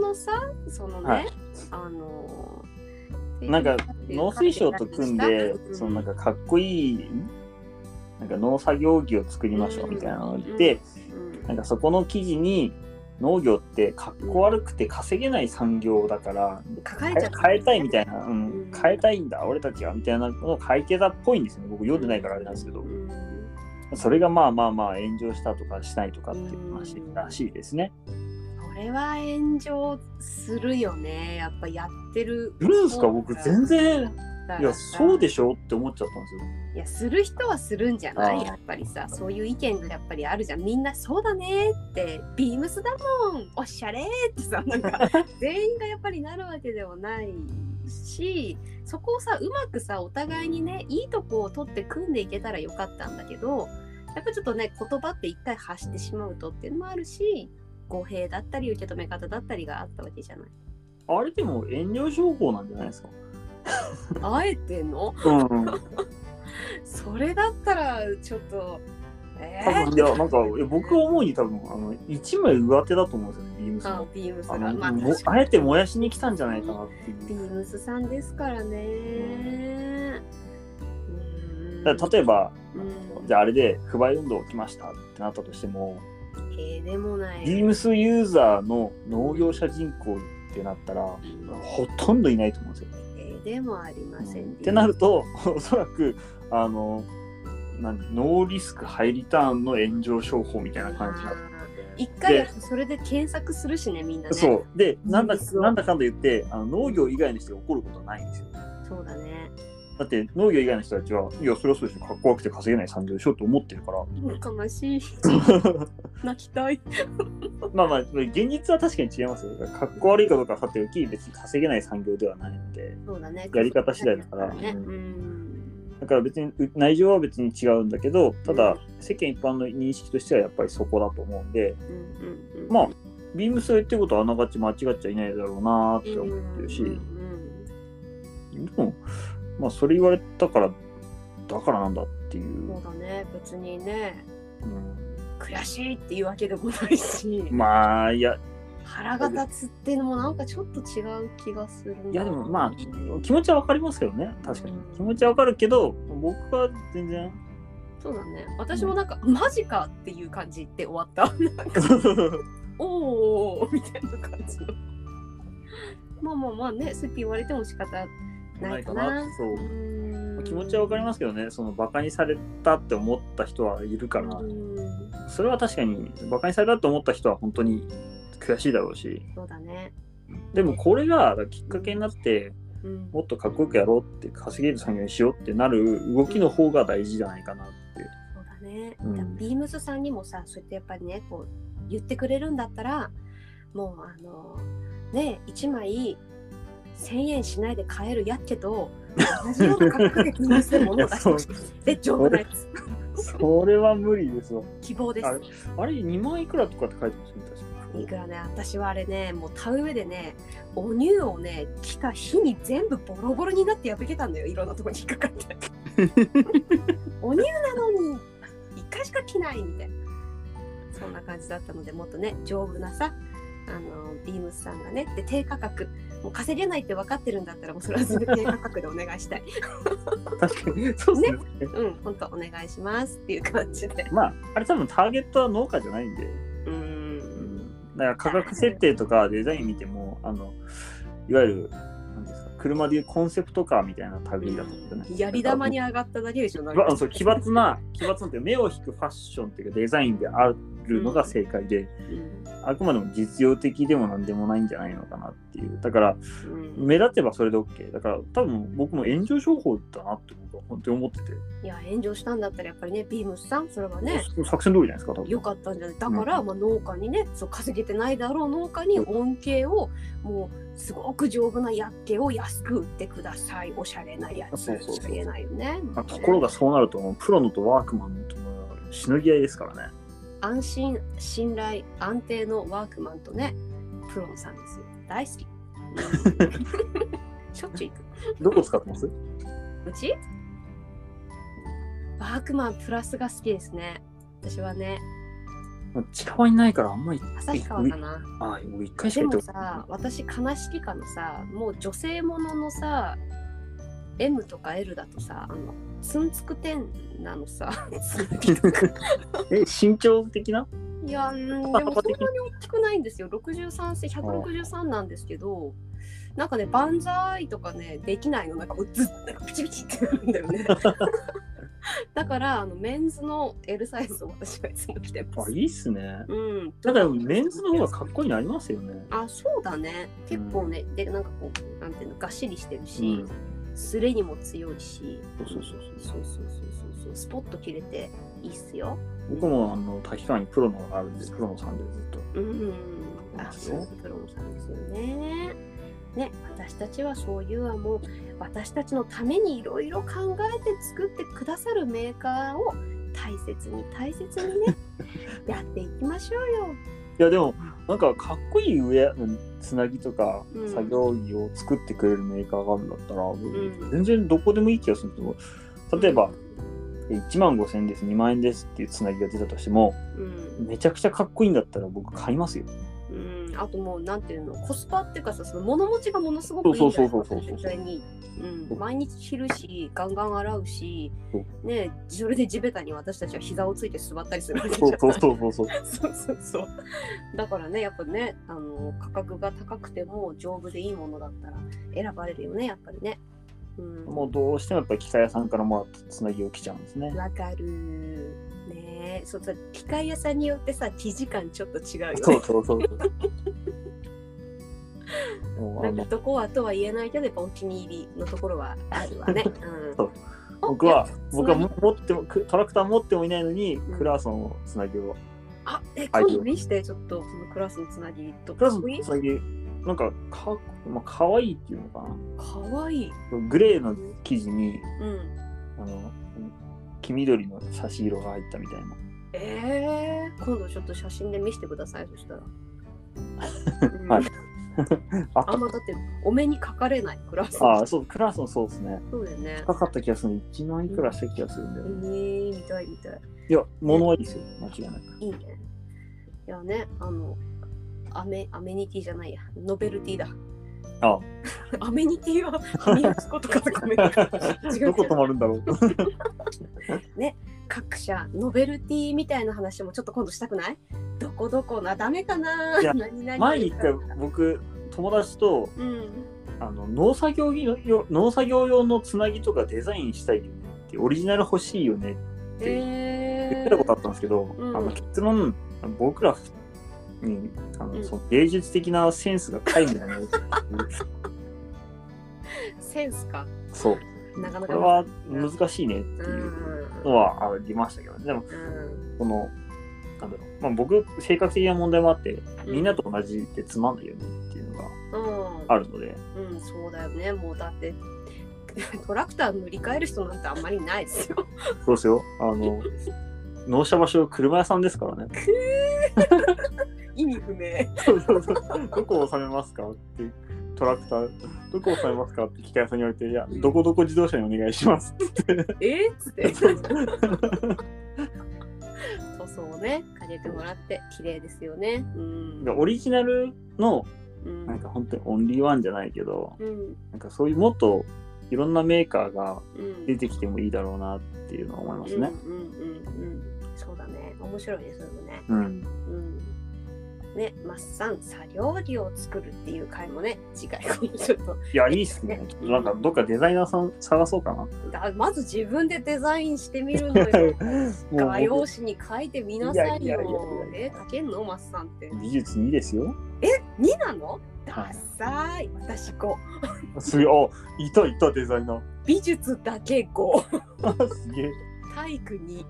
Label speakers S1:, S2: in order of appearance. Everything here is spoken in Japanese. S1: のさそのね、
S2: はい
S1: あの
S2: なんか農水省と組んで、そのなん
S1: か
S2: かかっこいいなんか農作業着を作りましょうみたいなので、なんかそこの記事に農業ってかっこ悪くて稼げない産業だから
S1: 書か
S2: 変
S1: れ
S2: え
S1: ちゃった
S2: 変えたいみたいな、うん
S1: ん、
S2: 変えたいんだ俺たちはみたいなのを書いてたっぽいんですよね僕読んでないからあれなんですけど
S1: うん
S2: それがまあまあまあ炎上したとかしないとかっていう話らしいですね。
S1: これは炎上するよねやっぱやってる
S2: いるんですか僕全然いやそうで
S1: し
S2: しょって思っちゃったんですよ。
S1: いやする人はするんじゃな
S2: あ
S1: い
S2: ー
S1: やっぱりさそういう意見がやっぱりあるじゃんみんなそうだねってビームスだもんおしゃれって さなんか全員がやっぱりなるわけではないしそこをさうまくさお互いにねいいとこを取って組んでいけたらよかったんだけどやっぱちょっとね言葉って一回発してしまうとっていうのもあるし語弊だったり受け止め方だったりがあったわけじゃない。
S2: あれでも炎上商法なんじゃないですか。
S1: あえての
S2: うん、
S1: それだったらちょっとえ
S2: 多分いやなんかえ僕が思うに多分あの一枚上手だと思うんですよねビームス
S1: あ
S2: の。
S1: ビームス
S2: あ
S1: が
S2: の
S1: まあ
S2: も
S1: 確か
S2: あえて燃やしに来たんじゃないかなって
S1: ビ
S2: いう。
S1: ームスさんですからねうん
S2: だから例えば、
S1: うん
S2: じゃああれで不買運動起きましたってなったとしても、
S1: ええでもない
S2: ビームスユーザーの農業者人口ってなったらほとんどいないと思うんですよ。
S1: ええでもありません、
S2: ってなるとおそらくあの何ノーリスクハイリターンの炎上商法みたいな感じになって
S1: 一回やるとそれで検索するしねみんなね
S2: そうでなんだ
S1: ビームスを
S2: なんだかんだ言ってあの農業以外の人が怒ることはないんですよ
S1: そうだね
S2: だって農業以外の人たちはいやそれはそうでしょかっこ悪くて稼げない産業でしょと思ってるから
S1: 悲しい泣きたい
S2: まあまあ現実は確かに違いますよかっこ悪いかどうかはさておき別に稼げない産業ではないので
S1: そうだね
S2: やり方次第だから
S1: ね
S2: う
S1: うん
S2: だから別にう内情は別に違うんだけどた
S1: う
S2: だ
S1: ん
S2: 世間一般の認識としてはやっぱりそこだと思うんで
S1: うんうんうん
S2: まあビームスが言ってることはあながち間違っちゃいないだろうなーって思ってるし、
S1: うんうん
S2: でもまあそれ言われたからだからなんだっていうう、
S1: んそうだね別にね
S2: う
S1: 悔しいっていうわけでもないし
S2: ん、まあいや
S1: 腹が立つってのもなんかちょっと違う気がするない
S2: やでもまあ気持ちはわかりますけどね確かに気持ちはわかるけど僕は全然
S1: そうだね私もなんか、マジかっていう感じで終わった なんかおー おーおーみたいな感じのまあまあまあねそうやって言われても仕方ないかな
S2: そうう
S1: ーん
S2: 気持ちはわかりますけどねそのバカにされたって思った人はいるから
S1: うーん
S2: それは確かにバカにされたと思った人は本当に悔しいだろうし
S1: そうだね
S2: でもこれがきっかけになって
S1: うん
S2: もっとかっこよくやろうって稼げる産業にしようってなる動きの方が大事じゃないかなって。
S1: そうだね、
S2: うん
S1: だからビームスさんにもさそうやってやっぱりねこう言ってくれるんだったらもうあのね1枚1,000円しないで買えるやっけど同じような価 格でビームスで物を出してほしい
S2: いや
S1: で丈夫なやつ
S2: それは無理ですよ。
S1: 希望で
S2: あれ
S1: す
S2: あれ2万いくらとかって書いてますよね確か
S1: いくらね私はあれねもう田植えでねお乳をね来た日に全部ボロボロになって破けたんだよいろんなとこに引っかかって お乳なのに1回しか着ないみたいなそんな感じだったのでもっとね丈夫なさあのビームスさんがねで低価格もう稼げないって分かってるんだったらもうそれは 全部低価格でお願いしたい
S2: 確かに。そうですね。
S1: うん本当お願いしますっていう感じで
S2: まあ、あれ多分ターゲットは農家じゃないんで。
S1: う
S2: うんん。だから価格設定とかデザイン見ても、あの、いわゆる、なんですか、車でいうコンセプトカーみたいな類だと思ってね。
S1: やり玉に上がっただけでしょなん
S2: ま
S1: か
S2: あそう奇抜な、奇抜なんて目を引くファッションっていうかデザインであるのが正解で、
S1: うん
S2: あくまでも実用的でもなんでもないんじゃないのかなっていう。だから、
S1: うん
S2: 目立てばそれで OK。だから、多分僕も炎上商法だなって僕は本当に思ってて、
S1: いや炎上したんだったらやっぱりねビームスさんそれはね
S2: 作戦通りじゃないですか、多分。
S1: 良かったんじゃないだから、
S2: うん
S1: まあ、農家にねそう稼げてないだろう農家に恩恵をもうすごく丈夫な薬系を安く売ってくださいおしゃれなやつ
S2: そうそうそう
S1: しか言えないよね
S2: まあところがそうなると、もうプロのとワークマンのともしのぎ合いですからね。
S1: 安心信頼安定のワークマンとねプロンさんですよ大 好きしょっちゅう行く
S2: どこ使ってます
S1: うちワークマンプラスが好きですね私はね
S2: もう近場にないからあんまり、
S1: 旭川かな
S2: ああ、俺一回しか
S1: で
S2: 行
S1: も
S2: った
S1: さ私悲しきかのさもう女性もののさ M とか L だとさあのツンツクテンなのさ
S2: ことない。え、身長的ない
S1: やうんでもそんなに大きくないんですよ63セ163なんですけどなんかねバンザーイとかねできないのなんかもうずっなんかピチピチってなるんだ よねだからあのメンズの L サイズを私はいつも着てま
S2: あ、
S1: す
S2: いいっすね。
S1: うん
S2: ただ、メンズの方がかっこいいのありますよね。
S1: あそうだね結構ね、でなんかこうなんていうのがっしりしてる
S2: う
S1: し
S2: ん、。
S1: すれにも強いし
S2: そうそうそうそう。
S1: そうそうそうそうそうスポッと切れていいっすよ
S2: 僕もあの滝川にプロのがあるんで、プロのさんでずっと。
S1: うん
S2: なん
S1: あ
S2: です
S1: そ
S2: よ
S1: うプロンさんですよねね私たちはそういうはもう私たちのためにいろいろ考えて作ってくださるメーカーを大切に大切に ねやっていきましょうよ
S2: いやでもなんかかっこいいウェアのつなぎとか
S1: うん
S2: 作業着を作ってくれるメーカーがあるんだったら、
S1: ん
S2: 全然どこでもいい気がするけど例えば
S1: う、
S2: 1万5千円です2万円ですっていうつなぎが出たとしても
S1: ん、
S2: めちゃくちゃかっこいいんだったら僕買いますよ。
S1: うん、あともうなんていうのコスパっていうかさその物持ちがものすごくいいんだ
S2: そう
S1: よ
S2: そうそうそうそう
S1: 絶対に、うん、毎日着るしガンガン洗うし
S2: そ
S1: ねそれで地べたに私たちは膝をついて座ったりするわけじゃ
S2: そ
S1: ん
S2: うそうそうそうそう。
S1: そうそうそう。だからね、やっぱね、あの価格が高くても丈夫でいいものだったら選ばれるよね、やっぱりね。うん。
S2: もうどうしてもやっぱり機械屋さんからもらったつなぎを着ちゃうんですね。
S1: わかる。ねえ、そうさ、機械屋さんによってさ、生地感ちょっと違うよね。
S2: そうそう そう。もう
S1: な
S2: あ
S1: んか
S2: の
S1: どこはとは言えないけど、やっぱお気に入りのところはある わね。うん。
S2: そう
S1: お
S2: 僕
S1: や
S2: は
S1: つ
S2: 僕は
S1: な
S2: も
S1: ぎ
S2: 持ってもくトラクター持ってもいないのに
S1: うん
S2: クラーソンをつなぎを
S1: あ、え、
S2: はい
S1: 今度見して、ちょっと、そのクラスのつなぎと
S2: クラ
S1: か
S2: ス。のつなぎ、なんかか、まあ、可愛いっていうのか
S1: かわいい。
S2: な。グレーの生地に、
S1: うん。
S2: あの、黄緑の差し色が入ったみたいな。
S1: ええ今度ちょっと写真で見せてください、そしたら。うん
S2: はいあ
S1: あんまだってお目にかかれないクラス
S2: ああ、そう、クラスのそうですね。
S1: そうだよね。
S2: 高かった気がするの1万いくらした気がするんだよ
S1: え
S2: ね。
S1: ー、見たい見たい。
S2: いや、物はいいですよ、間違いなく。
S1: いいね。いやね、あの、アメアメニティじゃないや、ノベルティだ。
S2: ああ
S1: アメニティ は君のことかとかね 違う
S2: どこ
S1: 違
S2: 泊
S1: う
S2: まるんだろう。
S1: 各社、ノベルティみたいな話もちょっと今度したくないどこどこな、ダメかない
S2: や
S1: 何々
S2: 前に一回僕、友達と
S1: うん。
S2: あの農作業用農作業用のつなぎとかデザインしたいよねって、オリジナル欲しいよねって
S1: え
S2: 言ってたことあったんですけど、
S1: うん
S2: あの結論僕らにあの、
S1: うん
S2: その芸術的なセンスが皆無だね
S1: センスか。
S2: そう
S1: なかなか
S2: これは難しいねって
S1: う。
S2: いうんのはありましたけど、ね、でも
S1: うん
S2: このなんだろう、まあ、僕性格的な問題もあって
S1: うん
S2: みんなと同じでつまんないよねっていうのが
S1: うん。
S2: あるので、
S1: うん、そうだよね。もうだって、 トラクター塗り替える人なんてあんまりいないですよ。
S2: そうですよあ の納車場所車屋さんですからね
S1: 意味不明。
S2: そうそうそう どこを収めますかってトラクターどこを収めますかって機械屋さんに言われて「いやどこどこ自動車にお願いします」
S1: えっつ って。塗装をね、借りてもらって、綺麗ですよね。うん。
S2: オリジナルの
S1: う
S2: なん
S1: ん。
S2: か本当にオンリーワンじゃないけど
S1: うん。
S2: なんかそういうもっといろんなメーカーが
S1: うん。
S2: 出てきてもいいだろうなっていうのは思います
S1: うん。うん
S2: ね。。
S1: うん。うん。そうだね。面白いね、それもね。
S2: うん、
S1: うん。ね、マッサン、作業着を作るっていう回もね、次回、ちょっと。
S2: いやいいっすね。ちょっとなんかどっかデザイナーさん探そうかな。
S1: だまず自分でデザインしてみるのよ。画用
S2: も
S1: 紙に書いてみなさい
S2: いやいやいやい
S1: よ。
S2: や
S1: え、書けんのマスさんって。
S2: う美術2ですよ。
S1: 2なのダ
S2: はい
S1: サい。私5。
S2: すげえあいたいたデザイナー。
S1: 美術だけ5。
S2: あすげえ。
S1: 体育2。